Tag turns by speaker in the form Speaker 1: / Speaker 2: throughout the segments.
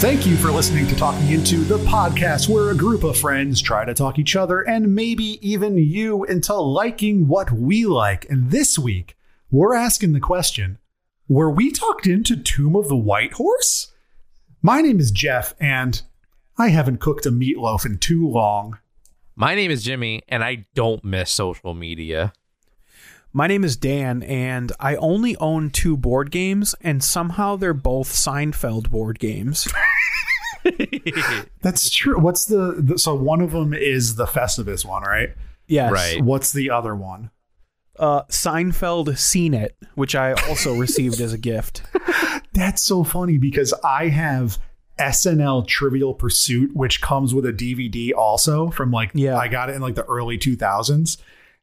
Speaker 1: Thank you for listening to Talking Into the podcast, where a group of friends try to talk each other and maybe even you into liking what we like. And this week, we're asking the question Were we talked into Tomb of the White Horse? My name is Jeff, and I haven't cooked a meatloaf in too long.
Speaker 2: My name is Jimmy, and I don't miss social media.
Speaker 3: My name is Dan, and I only own two board games, and somehow they're both Seinfeld board games.
Speaker 1: That's true. What's the, the so one of them is the Festivus one, right?
Speaker 3: Yes.
Speaker 2: Right.
Speaker 1: What's the other one?
Speaker 3: Uh, Seinfeld Seen It, which I also received as a gift.
Speaker 1: That's so funny because I have SNL Trivial Pursuit, which comes with a DVD also from like,
Speaker 3: Yeah.
Speaker 1: I got it in like the early 2000s.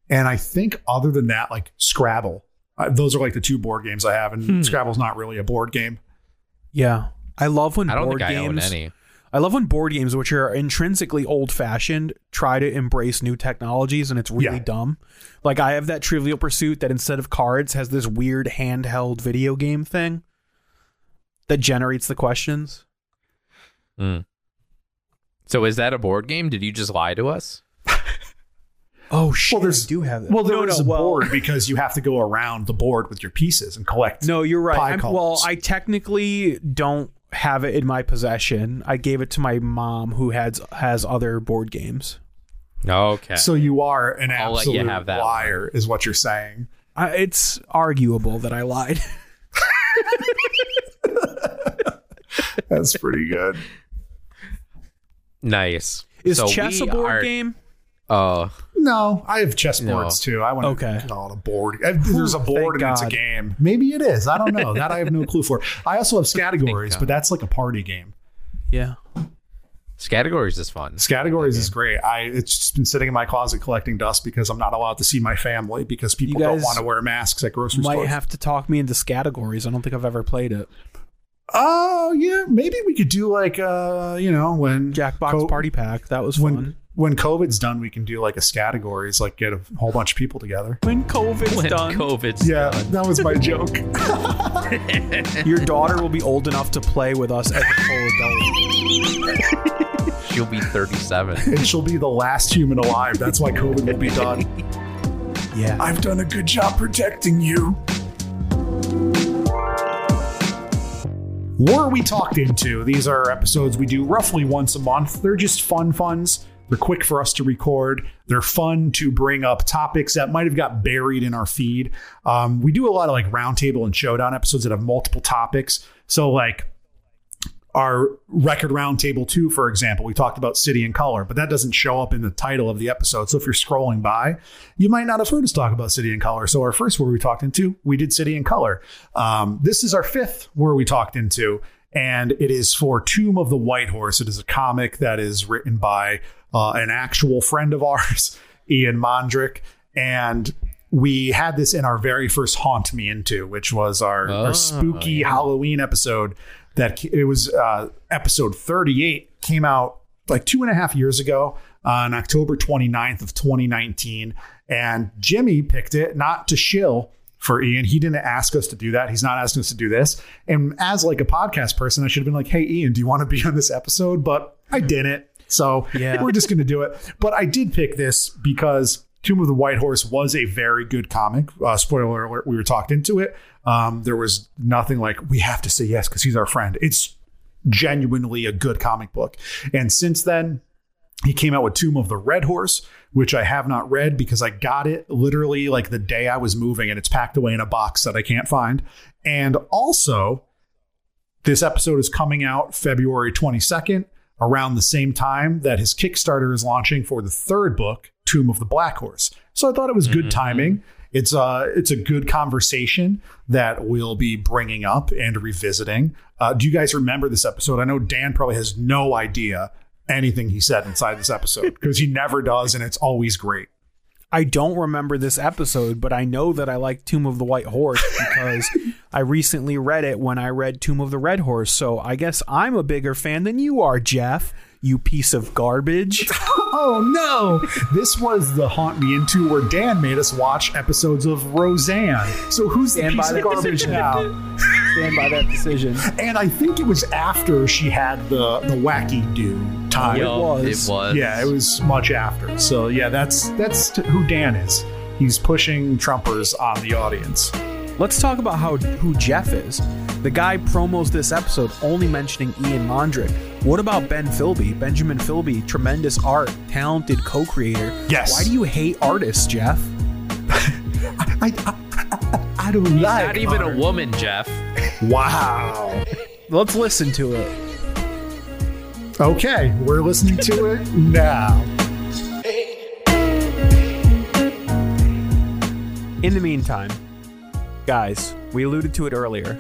Speaker 1: And I think other than that, like Scrabble, uh, those are like the two board games I have. And
Speaker 3: Hmm.
Speaker 1: Scrabble's not really a board game.
Speaker 3: Yeah. I love when
Speaker 2: I don't
Speaker 3: board
Speaker 2: think I own
Speaker 3: games.
Speaker 2: any.
Speaker 3: I love when board games, which are intrinsically old fashioned, try to embrace new technologies and it's really
Speaker 1: Yeah.
Speaker 3: dumb. Like I have that Trivial Pursuit that instead of cards has this weird handheld video game thing that generates the questions.
Speaker 2: Mm. So is that a board game? Did you just lie to us?
Speaker 3: Oh shit!
Speaker 1: there's-
Speaker 3: I do have that.
Speaker 1: Well, there
Speaker 3: no,
Speaker 1: is
Speaker 3: no,
Speaker 1: a
Speaker 3: well,
Speaker 1: board because you have to go around the board with your pieces and collect.
Speaker 3: No, you're right.
Speaker 1: pie
Speaker 3: I'm-
Speaker 1: colors.
Speaker 3: well, I technically don't have it in my possession. I gave it to my mom, who has has other board games.
Speaker 2: Okay.
Speaker 1: So you are an
Speaker 2: I'll let you
Speaker 1: absolute
Speaker 2: have that
Speaker 1: liar, is what you're saying.
Speaker 3: I, it's arguable that I lied.
Speaker 1: That's pretty good.
Speaker 2: nice.
Speaker 3: Is
Speaker 2: So
Speaker 3: chess a
Speaker 2: we
Speaker 3: board
Speaker 2: are-
Speaker 3: game?
Speaker 2: Uh,
Speaker 1: No, I have chess
Speaker 2: No.
Speaker 1: boards too. I want
Speaker 3: Okay.
Speaker 1: to call it a board. I- There's a
Speaker 3: Ooh,
Speaker 1: board and
Speaker 3: thank
Speaker 1: it's a
Speaker 3: God.
Speaker 1: game. Maybe it is. I don't know. That I have no clue for. I also have categories, but
Speaker 2: God.
Speaker 1: that's like a party game.
Speaker 3: Yeah.
Speaker 2: categories is fun.
Speaker 1: Categories is great. I it's just been sitting in my closet collecting dust because I'm not allowed to see my family because people don't
Speaker 3: guys
Speaker 1: want to wear masks at grocery
Speaker 3: might
Speaker 1: stores.
Speaker 3: have to talk me into categories. I don't think I've ever played it.
Speaker 1: oh yeah, maybe we could do like uh you know when
Speaker 3: Jackbox
Speaker 1: Co-
Speaker 3: Party Pack. That was
Speaker 1: when
Speaker 3: fun.
Speaker 1: when COVID's done, we can do like a categories, like get a whole bunch of people together.
Speaker 3: When COVID's
Speaker 2: When
Speaker 3: done,
Speaker 2: COVID's
Speaker 1: Yeah,
Speaker 2: done.
Speaker 1: that was my joke.
Speaker 3: your daughter will be old enough to play with us as a full adult.
Speaker 2: she'll be 37.
Speaker 1: and she'll be the last human alive. That's why COVID will be done.
Speaker 3: Yeah.
Speaker 1: I've done a good job protecting you. Were we talked into? These are episodes we do roughly once a month. They're just fun funs. They're quick for us to record. They're fun to bring up topics that might have got buried in our feed. Um, we do a lot of like roundtable and showdown episodes that have multiple topics. So like our record roundtable two, for example, we talked about city and color, but that doesn't show up in the title of the episode. So if you're scrolling by, you might not have heard us talk about city and color. So our first where we talked into, we did city and color. Um, this is our fifth where we talked into, and it is for Tomb of the White Horse. It is a comic that is written by uh, an actual friend of ours, Ian Mondrick, and we had this in our very first haunt me into, which was our, our
Speaker 2: Oh,
Speaker 1: spooky Halloween episode that ca- it was uh, episode 38 came out like two and a half years ago on October 29th of 2019. And Jimmy picked it not to shill for Ian. He didn't ask us to do that. He's not asking us to do this. And as like a podcast person, I should have been like, hey, Ian, do you want to be on this episode? But I didn't. So
Speaker 3: Yeah.
Speaker 1: we're just going to do it. But I did pick this because Tomb of the White Horse was a very good comic. Uh, spoiler alert, we were talked into it. Um, there was nothing like, we have to say yes because he's our friend. It's genuinely a good comic book. And since then, he came out with Tomb of the Red Horse, which I have not read because I got it literally like the day I was moving and it's packed away in a box that I can't find. And also, this episode is coming out February 22nd, around the same time that his Kickstarter is launching for the third book, Tomb of the Black Horse. So I thought it was good timing. It's a it's a good conversation that we'll be bringing up and revisiting. Uh, do you guys remember this episode? I know Dan probably has no idea anything he said inside this episode because he never does, and it's always great.
Speaker 3: I don't remember this episode, but I know that I like Tomb of the White Horse because I recently read it when I read Tomb of the Red Horse. So I guess I'm a bigger fan than you are, Jeff. You piece of garbage.
Speaker 1: Oh no! This was the haunt me into where Dan made us watch episodes of Roseanne. So who's the
Speaker 3: Stand
Speaker 1: piece
Speaker 3: by
Speaker 1: of
Speaker 3: that
Speaker 1: garbage
Speaker 3: decision.
Speaker 1: now?
Speaker 3: Stand by that decision.
Speaker 1: And I think it was after she had the the wacky do time.
Speaker 2: Yup,
Speaker 3: was.
Speaker 2: It was.
Speaker 1: Yeah, it was much after. So yeah, that's that's t- who Dan is. He's pushing Trumpers on the audience.
Speaker 3: Let's talk about how who Jeff is. The guy promos this episode only mentioning Ian Mondrick. What about Ben Philby? Benjamin Philby, tremendous art, talented co-creator.
Speaker 1: Yes.
Speaker 3: Why do you hate artists, Jeff?
Speaker 1: I I, I, I don't like.
Speaker 2: Not even a
Speaker 1: art.
Speaker 2: woman, Jeff.
Speaker 1: Wow.
Speaker 3: Let's listen to it.
Speaker 1: Okay, we're listening to it now.
Speaker 3: In the meantime, guys, we alluded to it earlier.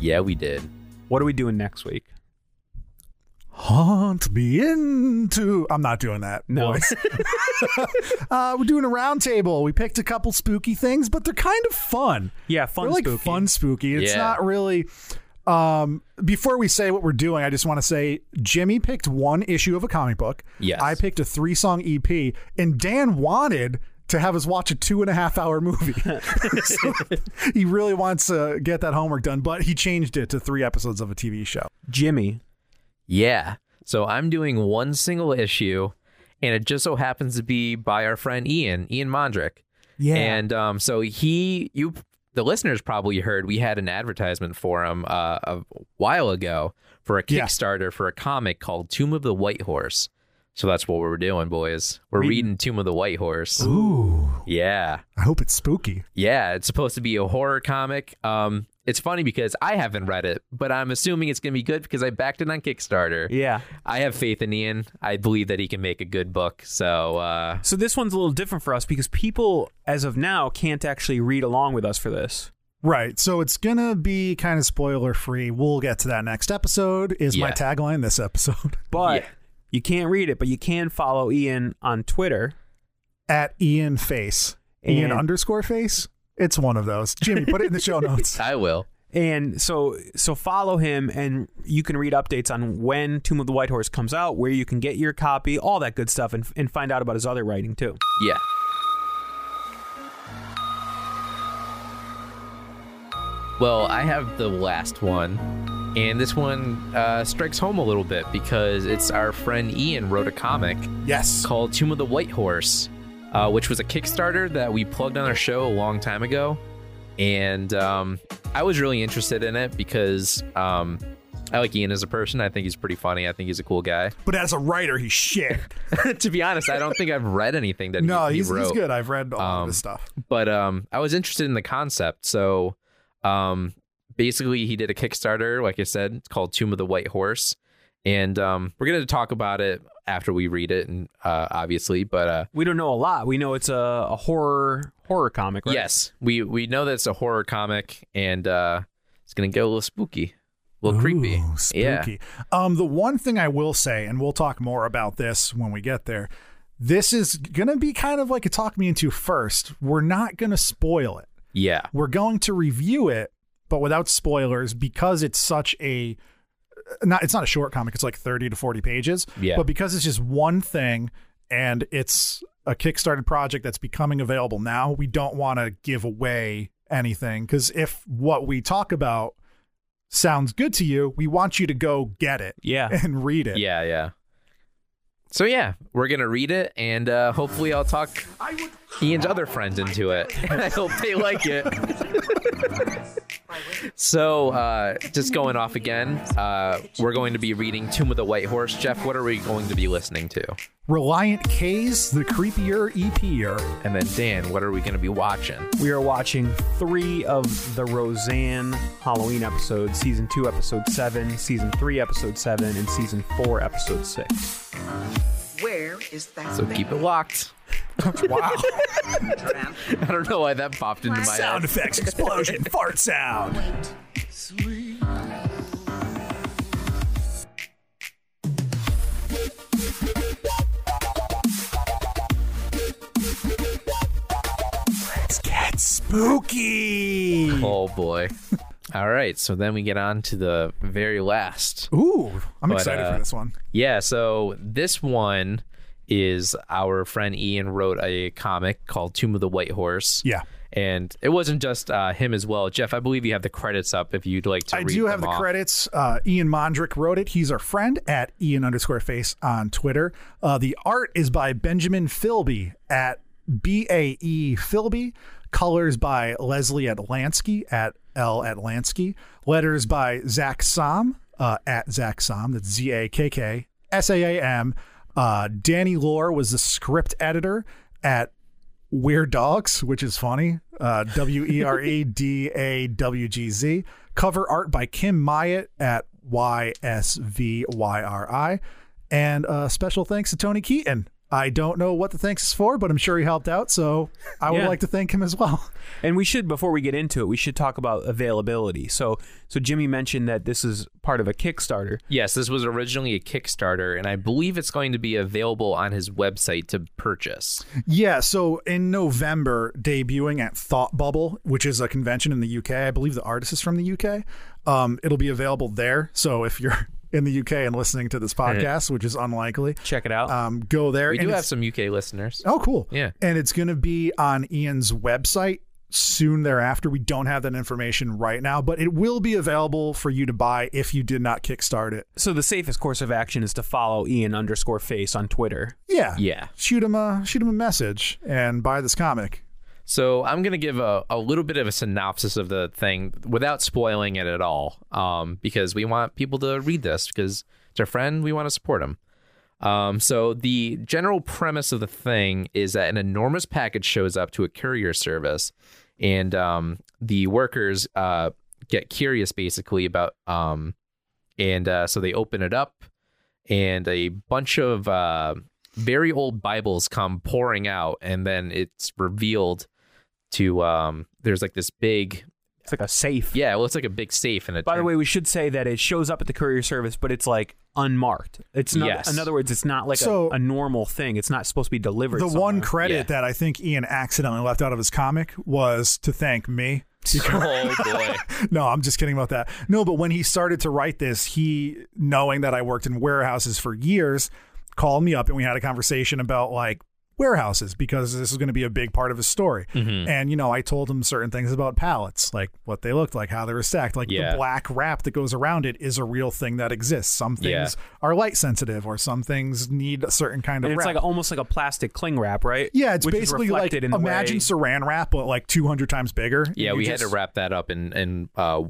Speaker 2: Yeah, we did.
Speaker 3: What are we doing next week?
Speaker 1: Haunt me into. I'm not doing that.
Speaker 3: No.
Speaker 1: voice. uh, we're doing a roundtable. We picked a couple spooky things, but they're kind of fun.
Speaker 3: yeah, fun
Speaker 1: they're like
Speaker 3: spooky.
Speaker 1: fun spooky. It's
Speaker 2: Yeah.
Speaker 1: not really. Um, before we say what we're doing, I just want to say Jimmy picked one issue of a comic book.
Speaker 2: Yes.
Speaker 1: I picked a three song EP, and Dan wanted to have us watch a two and a half hour movie. So he really wants to get that homework done, but he changed it to three episodes of a TV show.
Speaker 3: Jimmy.
Speaker 2: Yeah. So I'm doing one single issue, and it just so happens to be by our friend Ian, Ian Mondrick.
Speaker 3: Yeah.
Speaker 2: And um, so he, you, the listeners probably heard we had an advertisement for him uh, a while ago for a
Speaker 1: Yeah.
Speaker 2: Kickstarter for a comic called Tomb of the White Horse. So that's what we're doing, boys. We're reading, Tomb of the White Horse.
Speaker 1: Ooh.
Speaker 2: Yeah.
Speaker 1: I hope it's spooky.
Speaker 2: Yeah. It's supposed to be a horror comic. Um, it's funny because I haven't read it, but I'm assuming it's going to be good because I backed it on Kickstarter.
Speaker 3: yeah.
Speaker 2: I have faith in Ian. I believe that he can make a good book. So uh,
Speaker 3: So this one's a little different for us because people, as of now, can't actually read along with us for this.
Speaker 1: Right. So it's going to be kind of spoiler free. We'll get to that next episode, is my
Speaker 2: Yeah.
Speaker 1: tagline this episode
Speaker 3: But
Speaker 2: Yeah.
Speaker 3: you can't read it, but you can follow Ian on Twitter.
Speaker 1: at Ian Face. Ian
Speaker 3: And-
Speaker 1: underscore face? It's one of those. Jimmy, put it in the show notes.
Speaker 2: I will.
Speaker 3: And so so follow him and you can read updates on when Tomb of the White Horse comes out, where you can get your copy, all that good stuff, and, and find out about his other writing too.
Speaker 2: Yeah. Well, I have the last one, and this one uh, strikes home a little bit because it's our friend Ian wrote a comic
Speaker 1: Yes.
Speaker 2: called Tomb of the White Horse, uh, which was a Kickstarter that we plugged on our show a long time ago. And um, I was really interested in it because um, I like Ian as a person. I think he's pretty funny. I think he's a cool guy.
Speaker 1: But as a writer, he's shit.
Speaker 2: to be honest, I don't think I've read anything that
Speaker 1: No,
Speaker 2: he, he
Speaker 1: he's,
Speaker 2: wrote.
Speaker 1: he's good. I've read all of
Speaker 2: Um,
Speaker 1: his stuff.
Speaker 2: but um I was interested in the concept. So um basically he did a Kickstarter, like I said, it's called Tomb of the White Horse. And um we're gonna talk about it after we read it and uh obviously, but uh
Speaker 3: We don't know a lot. We know it's a, a horror horror comic, right?
Speaker 2: yes, we we know that it's a horror comic and uh it's gonna get a little spooky. A little creepy.
Speaker 1: Ooh,
Speaker 2: Yeah.
Speaker 1: Spooky. Um, the one thing I will say, and we'll talk more about this when we get there, this is going to be kind of like a talk me into first. We're not going to spoil it.
Speaker 2: Yeah.
Speaker 1: We're going to review it, but without spoilers because it's such a not it's not a short comic. It's like 30 to 40 pages.
Speaker 2: Yeah.
Speaker 1: But because it's just one thing and it's a Kickstarter project that's becoming available now, we don't want to give away anything cuz if what we talk about sounds good to you, we want you to go get it
Speaker 3: Yeah.
Speaker 1: and read it.
Speaker 2: Yeah, yeah. So yeah, we're gonna read it and uh hopefully I'll talk Ian's other friends into it. I hope they like it. so uh just going off again, uh we're going to be reading Tomb of the White Horse. Jeff, what are we going to be listening to?
Speaker 1: Reliant K's the creepier EP'er.
Speaker 2: And then Dan, what are we gonna be watching?
Speaker 3: We are watching three of the Roseanne Halloween episodes season two, episode seven, season three, episode seven, and season four, episode six.
Speaker 4: Where is that?
Speaker 2: So
Speaker 4: thing?
Speaker 2: keep it locked.
Speaker 1: Wow.
Speaker 2: I don't know why that popped into my head.
Speaker 1: sound effects, explosion, fart sound. Let's get spooky.
Speaker 2: Oh boy. All right, so then we get on to the very last.
Speaker 1: Ooh, I'm
Speaker 2: But,
Speaker 1: excited
Speaker 2: uh,
Speaker 1: for this one.
Speaker 2: Yeah, so this one is our friend Ian wrote a comic called Tomb of the White Horse.
Speaker 1: Yeah.
Speaker 2: And it wasn't just uh, him as well. Jeff, I believe you have the credits up if you'd like to
Speaker 1: I
Speaker 2: read
Speaker 1: do have
Speaker 2: them
Speaker 1: the
Speaker 2: off.
Speaker 1: credits. Uh, Ian Mondrick wrote it. He's our friend at Ian underscore face on Twitter. Uh, the art is by Benjamin Philby at B A E Philby. Colors by Leslie Atlansky at L Atlansky. Letters by Zach Som uh, at Zach Som. That's Z A K K S A A M. Uh, Danny Lore was the script editor at Weird Dogs, which is funny. Uh, w E R E D A W G Z. Cover art by Kim Myatt at Y S V Y R I. And uh, special thanks to Tony Keaton. I don't know what the thanks is for, but I'm sure he helped out. So I would
Speaker 3: Yeah.
Speaker 1: like to thank him as well.
Speaker 3: And we should, before we get into it, we should talk about availability. So, so Jimmy mentioned that this is part of a Kickstarter.
Speaker 2: Yes, this was originally a Kickstarter, and I believe it's going to be available on his website to purchase.
Speaker 1: Yeah, so in November, debuting at Thought Bubble, which is a convention in the UK. I believe the artist is from the UK. Um, it'll be available there. So if you're in the UK and listening to this podcast, which is unlikely,
Speaker 3: Check it out.
Speaker 1: um, go there.
Speaker 2: Oh. We
Speaker 1: and
Speaker 2: do have
Speaker 1: it's-
Speaker 2: some UK listeners.
Speaker 1: Oh, cool.
Speaker 2: Yeah.
Speaker 1: And it's going to be on Ian's website soon thereafter. We don't have that information right now, but it will be available for you to buy if you did not kickstart it.
Speaker 3: so the safest course of action is to follow Ian underscore face on Twitter.
Speaker 1: Yeah.
Speaker 2: Yeah.
Speaker 1: Shoot him a shoot him a message and buy this comic.
Speaker 2: So I'm going to give a, a little bit of a synopsis of the thing without spoiling it at all, um, because we want people to read this because it's our friend. We want to support him. Um, so the general premise of the thing is that an enormous package shows up to a courier service, and um, the workers uh, get curious basically about, um, and uh, so they open it up, and a bunch of uh, very old Bibles come pouring out, and then it's revealed to um, there's like this big
Speaker 3: It's like a safe.
Speaker 2: yeah, it looks like a big safe, and it
Speaker 3: By the
Speaker 2: turns-
Speaker 3: way, we should say that it shows up at the courier service, but it's like unmarked. It's not.
Speaker 2: Yes.
Speaker 3: In other words, it's not like a-
Speaker 1: So-
Speaker 3: a, normal thing. It's not supposed to be delivered.
Speaker 1: The
Speaker 3: somewhere.
Speaker 1: one credit
Speaker 2: Yeah.
Speaker 1: that I think Ian accidentally left out of his comic was to thank me.
Speaker 2: oh boy.
Speaker 1: no, I'm just kidding about that. No, but when he started to write this, he, knowing that I worked in warehouses for years, called me up and we had a conversation about like warehouses because this is going to be a big part of his story.
Speaker 3: Mm-hmm.
Speaker 1: And, you know, I told him certain things about pallets, like what they looked like, how they were stacked, like
Speaker 2: Yeah.
Speaker 1: the black wrap that goes around it is a real thing that exists. Some
Speaker 2: Yeah.
Speaker 1: things are light sensitive or some things need a certain kind of
Speaker 3: And it's
Speaker 1: wrap.
Speaker 3: like almost like a plastic cling wrap, right?
Speaker 1: yeah, it's
Speaker 3: Which is
Speaker 1: basically like
Speaker 3: reflected in the
Speaker 1: imagine
Speaker 3: way-
Speaker 1: saran wrap, but like 200 times bigger.
Speaker 2: Yeah,
Speaker 1: You
Speaker 2: we had
Speaker 1: just-
Speaker 2: to wrap that up in in uh,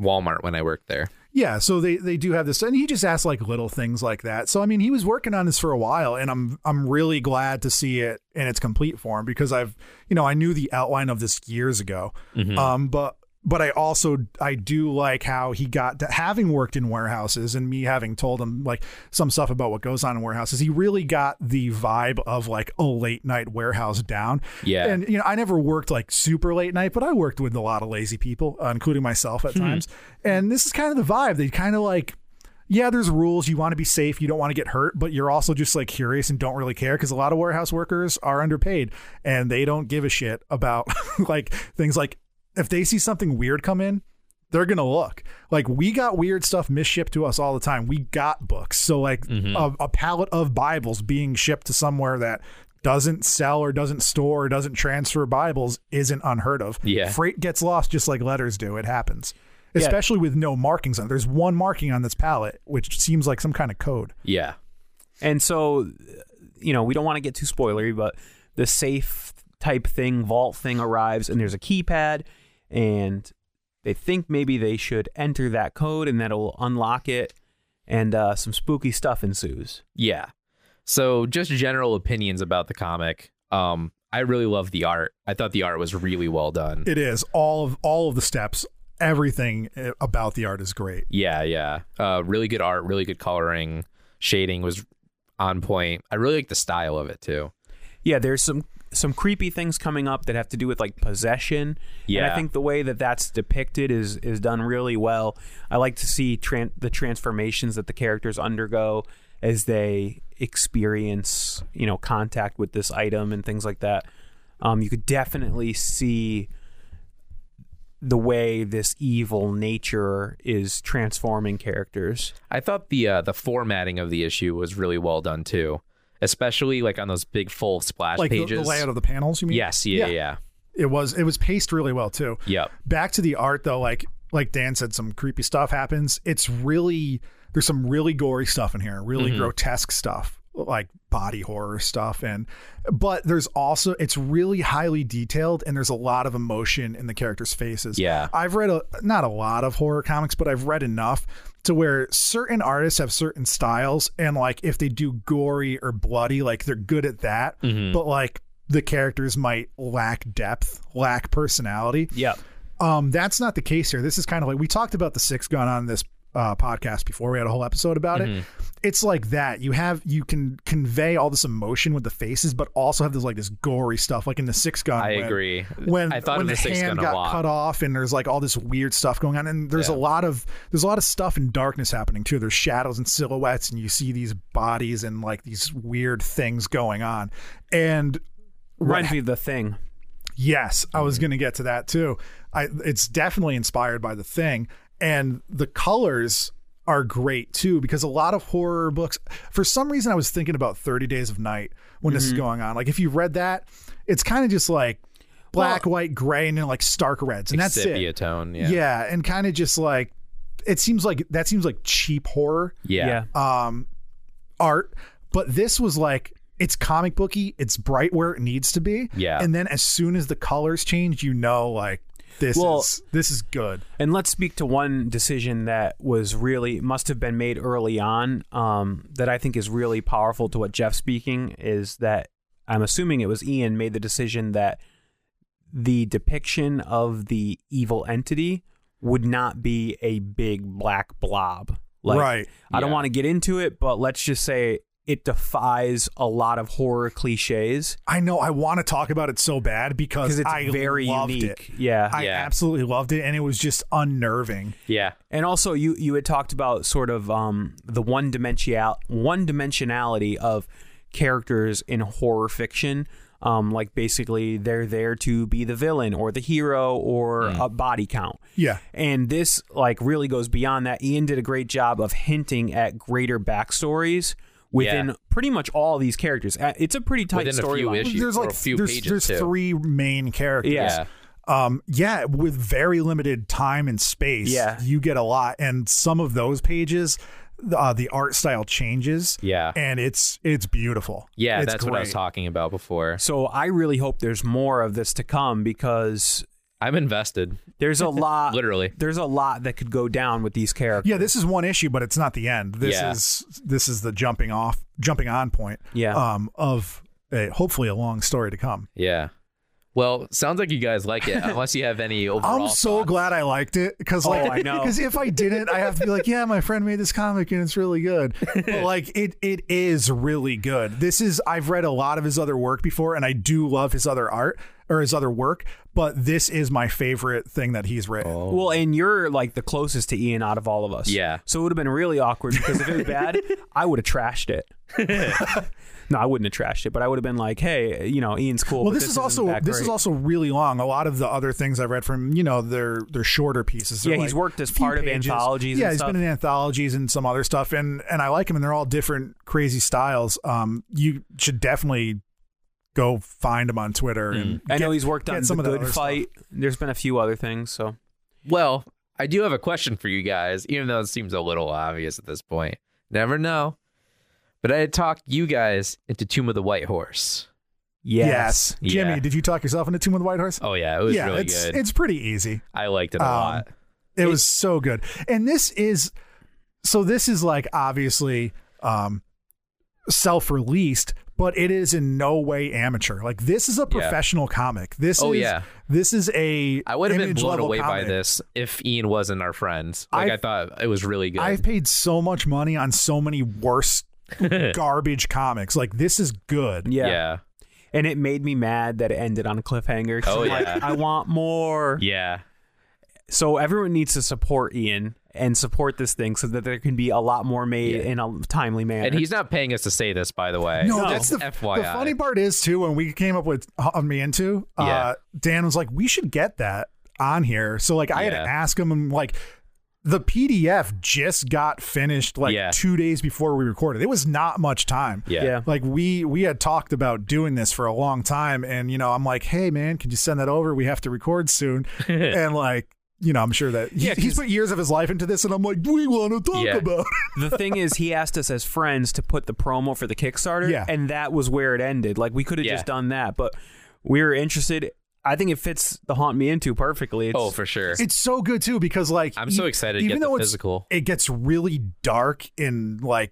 Speaker 2: Walmart when I worked there.
Speaker 1: Yeah, so they they do have this, and he just asked like little things like that. So I mean, he was working on this for a while, and I'm I'm really glad to see it in its complete form because I've you know I knew the outline of this years ago, um, but but I also I do like how he got to having worked in warehouses and me having told him like some stuff about what goes on in warehouses. He really got the vibe of like a late night warehouse down.
Speaker 2: Yeah.
Speaker 1: and you know, I never worked like super late night, but I worked with a lot of lazy people, uh, including myself at times. And this is kind of the vibe. They kind of like, yeah, there's rules. You want to be safe. You don't want to get hurt, but you're also just like curious and don't really care because a lot of warehouse workers are underpaid and they don't give a shit about like things like if they see something weird come in, they're gonna look like we got weird stuff misshipped to us all the time. We got books, so like a, a pallet of Bibles being shipped to somewhere that doesn't sell or doesn't store or doesn't transfer Bibles isn't unheard of.
Speaker 2: Yeah.
Speaker 1: freight gets lost just like letters do. It happens, especially with no markings on. it. There's one marking on this pallet, which seems like some kind of code.
Speaker 2: Yeah,
Speaker 3: And so, you know, we don't want to get too spoilery, but the safe type thing, vault thing arrives, and there's a keypad, and they think maybe they should enter that code, and that'll unlock it, and uh, some spooky stuff ensues.
Speaker 2: yeah. So just general opinions about the comic. Um, I really love the art. I thought the art was really well done.
Speaker 1: It is all of all of the steps. Everything eh, about the art is great.
Speaker 2: Yeah, yeah. Uh, really good art. Really good coloring. Shading was on point. I really like the style of it too.
Speaker 3: yeah, there's some some creepy things coming up that have to do with like possession. and
Speaker 2: Yeah.
Speaker 3: I think the way that that's depicted is is done really well. I like to see tran- the transformations that the characters undergo as they experience, you know, contact with this item and things like that. Um, you could definitely see the way this evil nature is transforming characters.
Speaker 2: I thought the uh, the formatting of the issue was really well done too, especially like on those big full splash
Speaker 1: Like the,
Speaker 2: pages.
Speaker 1: the layout of the panels, you mean?
Speaker 2: yes, yeah, yeah,
Speaker 1: It was it was paced really well too.
Speaker 2: Yep.
Speaker 1: Back to the art though, like like Dan said, some creepy stuff happens. It's really there's some really gory stuff in here, really
Speaker 2: Mm-hmm.
Speaker 1: grotesque stuff, like body horror stuff, and but there's also it's really highly detailed and there's a lot of emotion in the characters' faces.
Speaker 2: Yeah.
Speaker 1: I've read a not a lot of horror comics, but I've read enough to where certain artists have certain styles and like if they do gory or bloody, like they're good at that. But like the characters might lack depth, lack personality.
Speaker 3: Yep.
Speaker 1: Um, that's not the case here. This is kind of like we talked about the six gun on this uh, podcast before. We had a whole episode about
Speaker 2: Mm-hmm.
Speaker 1: it. It's like that. You have you can convey all this emotion with the faces, but also have this like this gory stuff, like in the six gun.
Speaker 2: I
Speaker 1: when-
Speaker 2: agree.
Speaker 1: When
Speaker 2: I thought
Speaker 1: when
Speaker 2: of the six
Speaker 1: hand
Speaker 2: gun a
Speaker 1: got
Speaker 2: lot.
Speaker 1: cut off, and there's like all this weird stuff going on, and there's a
Speaker 2: Yeah.
Speaker 1: lot of there's a lot of stuff and darkness happening too. There's shadows and silhouettes, and you see these bodies and like these weird things going on, and
Speaker 3: Reminds me of the thing.
Speaker 1: Yes, I was going to get to that too. I, it's definitely inspired by the thing, and the colors are great too because a lot of horror books. For some reason, I was thinking about Thirty Days of Night when this is going on. Like if you read that, it's kind of just like black, white, gray, and then like stark reds, and that's
Speaker 2: Sepia
Speaker 1: it.
Speaker 2: tone.
Speaker 1: Yeah, and kind of just like it seems like that seems like cheap horror
Speaker 2: Yeah.
Speaker 3: yeah.
Speaker 1: art, but this was like it's comic booky, it's bright where it needs to be.
Speaker 2: Yeah.
Speaker 1: And then as soon as the colors change, you know like this
Speaker 3: Well-
Speaker 1: is this is good.
Speaker 3: And let's speak to one decision that was really must have been made early on um, that I think is really powerful to what Jeff's speaking is that I'm assuming it was Ian made the decision that the depiction of the evil entity would not be a big black blob. Like,
Speaker 1: Right.
Speaker 3: I don't
Speaker 2: Yeah.
Speaker 3: want to get into it, but let's just say it defies a lot of horror cliches
Speaker 1: I know I want to talk about it so bad because
Speaker 3: because it's
Speaker 1: Uh, I
Speaker 3: very
Speaker 1: loved
Speaker 3: unique.
Speaker 1: it.
Speaker 3: Yeah.
Speaker 1: I
Speaker 2: Yeah.
Speaker 1: absolutely loved it and it was just unnerving.
Speaker 2: Yeah.
Speaker 3: And also, you you had talked about sort of um, the one dimensional one dimensionality of characters in horror fiction. Um, like basically, they're there to be the villain or the hero or
Speaker 2: Mm.
Speaker 3: a body count.
Speaker 1: Yeah.
Speaker 3: And this like really goes beyond that. Ian did a great job of hinting at greater backstories within
Speaker 2: Yeah.
Speaker 3: pretty much all these characters. Uh, It's a pretty tight
Speaker 2: Within a few
Speaker 3: storyline.
Speaker 2: issues.
Speaker 1: There's
Speaker 2: or
Speaker 1: like
Speaker 2: a few
Speaker 1: there's,
Speaker 2: pages
Speaker 1: there's
Speaker 2: too.
Speaker 1: three main characters.
Speaker 3: Yeah.
Speaker 2: Yeah.
Speaker 1: Um yeah, with very limited time and space,
Speaker 3: Yeah.
Speaker 1: you get a lot and some of those pages uh, the art style changes.
Speaker 2: Yeah.
Speaker 1: And it's it's beautiful.
Speaker 2: Yeah,
Speaker 1: It's
Speaker 2: that's what I was
Speaker 1: great.
Speaker 2: talking about before.
Speaker 3: So I really hope there's more of this to come because
Speaker 2: I'm invested.
Speaker 3: there's a lot.
Speaker 2: Literally.
Speaker 3: There's a lot that could go down with these characters.
Speaker 1: Yeah, this is one issue, but it's not the end. This
Speaker 2: Yeah.
Speaker 1: is this is the jumping off, jumping on point.
Speaker 3: Yeah.
Speaker 1: Um, of a, hopefully a long story to come.
Speaker 2: Yeah. Well, sounds like you guys like it, unless you have any overall.
Speaker 1: I'm so
Speaker 2: thoughts.
Speaker 1: glad I liked it because like
Speaker 3: I know.
Speaker 1: because if I didn't, I have to be like, yeah, my friend made this comic and it's really good. But like it it is really good. This is I've read a lot of his other work before, and I do love his other art or his other work, but this is my favorite thing that he's written.
Speaker 3: Well, and you're like the closest to Ian out of all of us.
Speaker 2: Yeah.
Speaker 3: So it would have been really awkward because if it was bad, I would have trashed it. no, I wouldn't have trashed it, but I would have been like, hey, you know, Ian's cool.
Speaker 1: Well,
Speaker 3: but
Speaker 1: this, is
Speaker 3: isn't
Speaker 1: also
Speaker 3: that
Speaker 1: this is
Speaker 3: great.
Speaker 1: also really long. A lot of the other things I've read from you know they're they're shorter pieces. They're
Speaker 3: Yeah, he's
Speaker 1: like
Speaker 3: worked as
Speaker 1: few
Speaker 3: part of anthologies
Speaker 1: Yeah,
Speaker 3: and
Speaker 1: he's
Speaker 3: stuff.
Speaker 1: been in anthologies and some other stuff, and and I like him, and they're all different crazy styles. Um, you should definitely go find him on Twitter. And
Speaker 3: Mm. I know
Speaker 1: get-
Speaker 3: he's worked
Speaker 1: get
Speaker 3: on
Speaker 1: some
Speaker 3: the
Speaker 1: of the
Speaker 3: Good
Speaker 1: other
Speaker 3: Fight. There's been a few other things. So
Speaker 2: Well, I do have a question for you guys, even though it seems a little obvious at this point. Never know. But I had talked you guys into Tomb of the White Horse.
Speaker 1: Yes,
Speaker 3: yes,
Speaker 1: Jimmy,
Speaker 2: Yeah.
Speaker 1: did you talk yourself into Tomb of the White Horse?
Speaker 2: Oh yeah, it was
Speaker 1: yeah,
Speaker 2: really
Speaker 1: it's
Speaker 2: good.
Speaker 1: it's pretty easy.
Speaker 2: I liked it a
Speaker 1: um,
Speaker 2: lot.
Speaker 1: It was so good. And this is so this is like obviously um self-released, but it is in no way amateur. Like this is a professional comic. This
Speaker 2: Oh,
Speaker 1: is
Speaker 2: yeah.
Speaker 1: this is a
Speaker 2: I would have been
Speaker 1: image
Speaker 2: blown
Speaker 1: level
Speaker 2: away by
Speaker 1: comic.
Speaker 2: this if Ian wasn't our friend. Like i
Speaker 1: I've-
Speaker 2: thought it was really good.
Speaker 1: I've paid so much money on so many worse garbage comics. Like this is good.
Speaker 3: Yeah.
Speaker 2: yeah.
Speaker 3: and it made me mad that it ended on a cliffhanger. 'cause
Speaker 2: Oh,
Speaker 3: I'm like,
Speaker 2: yeah.
Speaker 3: I want more.
Speaker 2: Yeah.
Speaker 3: So everyone needs to support Ian and support this thing so that there can be a lot more made
Speaker 2: Yeah.
Speaker 3: in a timely manner.
Speaker 2: And he's not paying us to say this, by the way.
Speaker 4: No,
Speaker 2: Just
Speaker 4: that's the,
Speaker 2: FYI.
Speaker 4: the funny part is too when we came up with on me into uh,
Speaker 2: Yeah.
Speaker 4: Dan was like we should get that on here. So like I had
Speaker 2: Yeah.
Speaker 4: to ask him and like the PDF just got finished like
Speaker 2: Yeah.
Speaker 4: 2 days before we recorded. It was not much time.
Speaker 2: Yeah.
Speaker 3: Yeah.
Speaker 4: Like we we had talked about doing this for a long time and you know I'm like, "Hey man, could you send that over? We have to record soon." and like you know, I'm sure that he,
Speaker 3: Yeah, 'cause-
Speaker 4: he's put years of his life into this, and I'm like, we want to talk
Speaker 2: Yeah.
Speaker 4: about. It.
Speaker 3: the thing is, he asked us as friends to put the promo for the Kickstarter,
Speaker 4: Yeah.
Speaker 3: and that was where it ended. Like we could have
Speaker 2: Yeah.
Speaker 3: just done that, but we were interested. I think it fits the haunt me into perfectly. It's,
Speaker 2: Oh, for sure.
Speaker 4: It's so good too because like
Speaker 2: I'm so
Speaker 4: e-
Speaker 2: excited to
Speaker 4: even
Speaker 2: get the
Speaker 4: though it's-
Speaker 2: physical.
Speaker 4: It gets really dark and like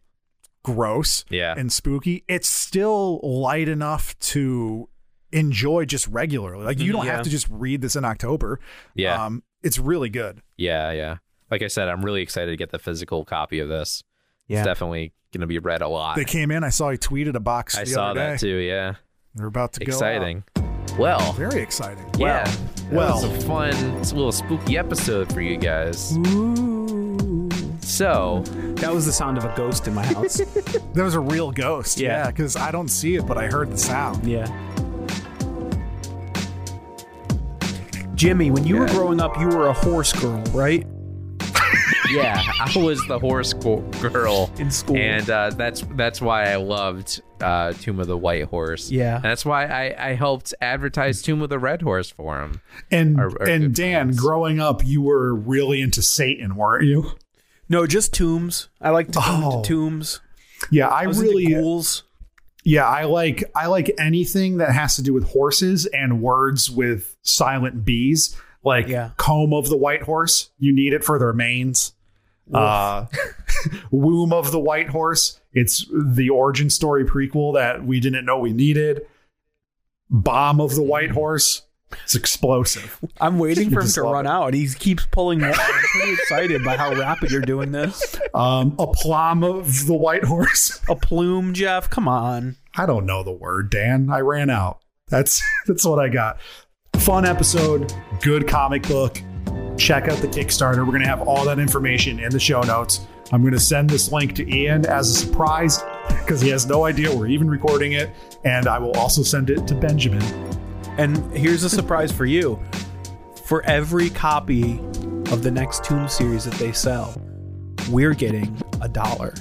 Speaker 4: gross
Speaker 2: Yeah.
Speaker 4: and spooky. It's still light enough to enjoy just regularly. Like you don't
Speaker 3: yeah.
Speaker 4: have to just read this in October.
Speaker 2: Mm-hmm. Yeah.
Speaker 4: Um it's really good.
Speaker 2: yeah. Yeah. Like I said, I'm really excited to get the physical copy of this.
Speaker 3: yeah.
Speaker 2: It's definitely going to be read a lot.
Speaker 4: They came in, I saw he tweeted a box
Speaker 2: I
Speaker 4: the
Speaker 2: saw
Speaker 4: other day.
Speaker 2: that too. Yeah.
Speaker 4: They're about to
Speaker 2: Exciting.
Speaker 4: go out.
Speaker 2: Well,
Speaker 4: Very exciting.
Speaker 2: yeah.
Speaker 4: Well.
Speaker 2: Well, it's a fun, it's a little spooky episode for you guys.
Speaker 3: Ooh.
Speaker 2: So,
Speaker 3: That was the sound of a ghost in my house.
Speaker 4: There was a real ghost.
Speaker 3: Yeah.
Speaker 4: Yeah, cuz I don't see it but I heard the sound.
Speaker 3: yeah. Jimmy, when you were
Speaker 2: Yeah.
Speaker 3: growing up, you were a horse girl, right?
Speaker 2: yeah, I was the horse go- girl
Speaker 3: In school.
Speaker 2: and uh, that's that's why I loved uh, Tomb of the White Horse.
Speaker 3: Yeah.
Speaker 2: And that's why I, I helped advertise Tomb of the Red Horse for him.
Speaker 1: And
Speaker 2: Our- our
Speaker 1: and
Speaker 2: good
Speaker 1: Dan,
Speaker 2: friends.
Speaker 1: growing up, you were really into Satan, weren't you?
Speaker 3: no, just tombs. I like to come
Speaker 1: Oh.
Speaker 3: to tombs.
Speaker 1: Yeah, I,
Speaker 3: I was into
Speaker 1: really uh,
Speaker 3: ghouls.
Speaker 1: yeah, I like I like anything that has to do with horses and words with silent B's, like
Speaker 3: Yeah.
Speaker 1: comb of the white horse. You need it for their manes. Uh, womb of the white horse. It's the origin story prequel that we didn't know we needed. Bomb of the white horse. It's explosive.
Speaker 3: I'm waiting for him
Speaker 1: just
Speaker 3: to
Speaker 1: love
Speaker 3: run out. He keeps pulling more. I'm pretty excited by how rapid you're doing this.
Speaker 1: Um, aplomb of the white horse.
Speaker 3: A plume, Jeff. Come on.
Speaker 1: I don't know the word, Dan. I ran out. That's that's what I got. Fun episode, good comic book. Check out the Kickstarter. We're gonna have all that information in the show notes. I'm gonna send this link to Ian as a surprise because he has no idea we're even recording it. And I will also send it to Benjamin.
Speaker 3: And here's a surprise for you. For every copy of the next Tomb series that they sell, we're getting a dollar.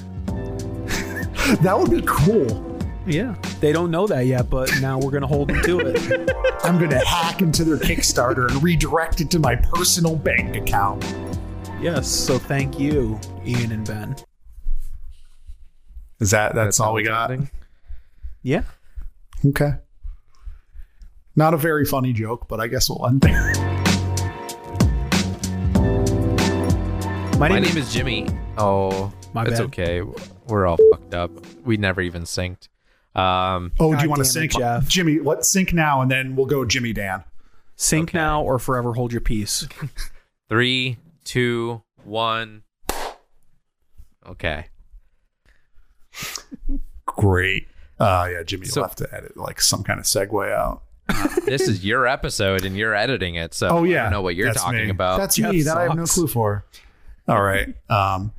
Speaker 1: That would be cool.
Speaker 3: Yeah. They don't know that yet, but now we're going to hold them to it.
Speaker 1: I'm gonna hack into their Kickstarter and redirect it to my personal bank account.
Speaker 3: yes. So thank you, Ian and Ben.
Speaker 4: Is that that's, all we
Speaker 2: what's
Speaker 4: got?
Speaker 2: happening.
Speaker 3: Yeah.
Speaker 1: Okay. Not a very funny joke, but I guess we'll end there.
Speaker 3: My
Speaker 2: My
Speaker 3: name,
Speaker 2: name is Jimmy. Oh,
Speaker 3: My
Speaker 2: it's
Speaker 3: bad.
Speaker 2: okay. We're all fucked up. We never even synced. Um,
Speaker 1: Oh, do
Speaker 3: God
Speaker 1: you want to
Speaker 3: damn it,
Speaker 1: sync,
Speaker 3: Jeff.
Speaker 1: Jimmy? Let's sync now, and then we'll go Jimmy Dan.
Speaker 3: is Sync Now or Forever Hold Your Peace.
Speaker 2: three, two, one. Okay.
Speaker 1: Great.
Speaker 4: Uh yeah, Jimmy
Speaker 2: So-
Speaker 4: will have to edit like some kind of segue out.
Speaker 2: this is your episode and you're editing it. So
Speaker 1: Oh yeah.
Speaker 2: I don't know what you're
Speaker 1: That's
Speaker 2: talking
Speaker 1: me.
Speaker 2: about.
Speaker 1: That's
Speaker 3: Jeff
Speaker 1: me. That I have no
Speaker 3: sucks.
Speaker 1: clue for.
Speaker 4: All right.
Speaker 1: Um,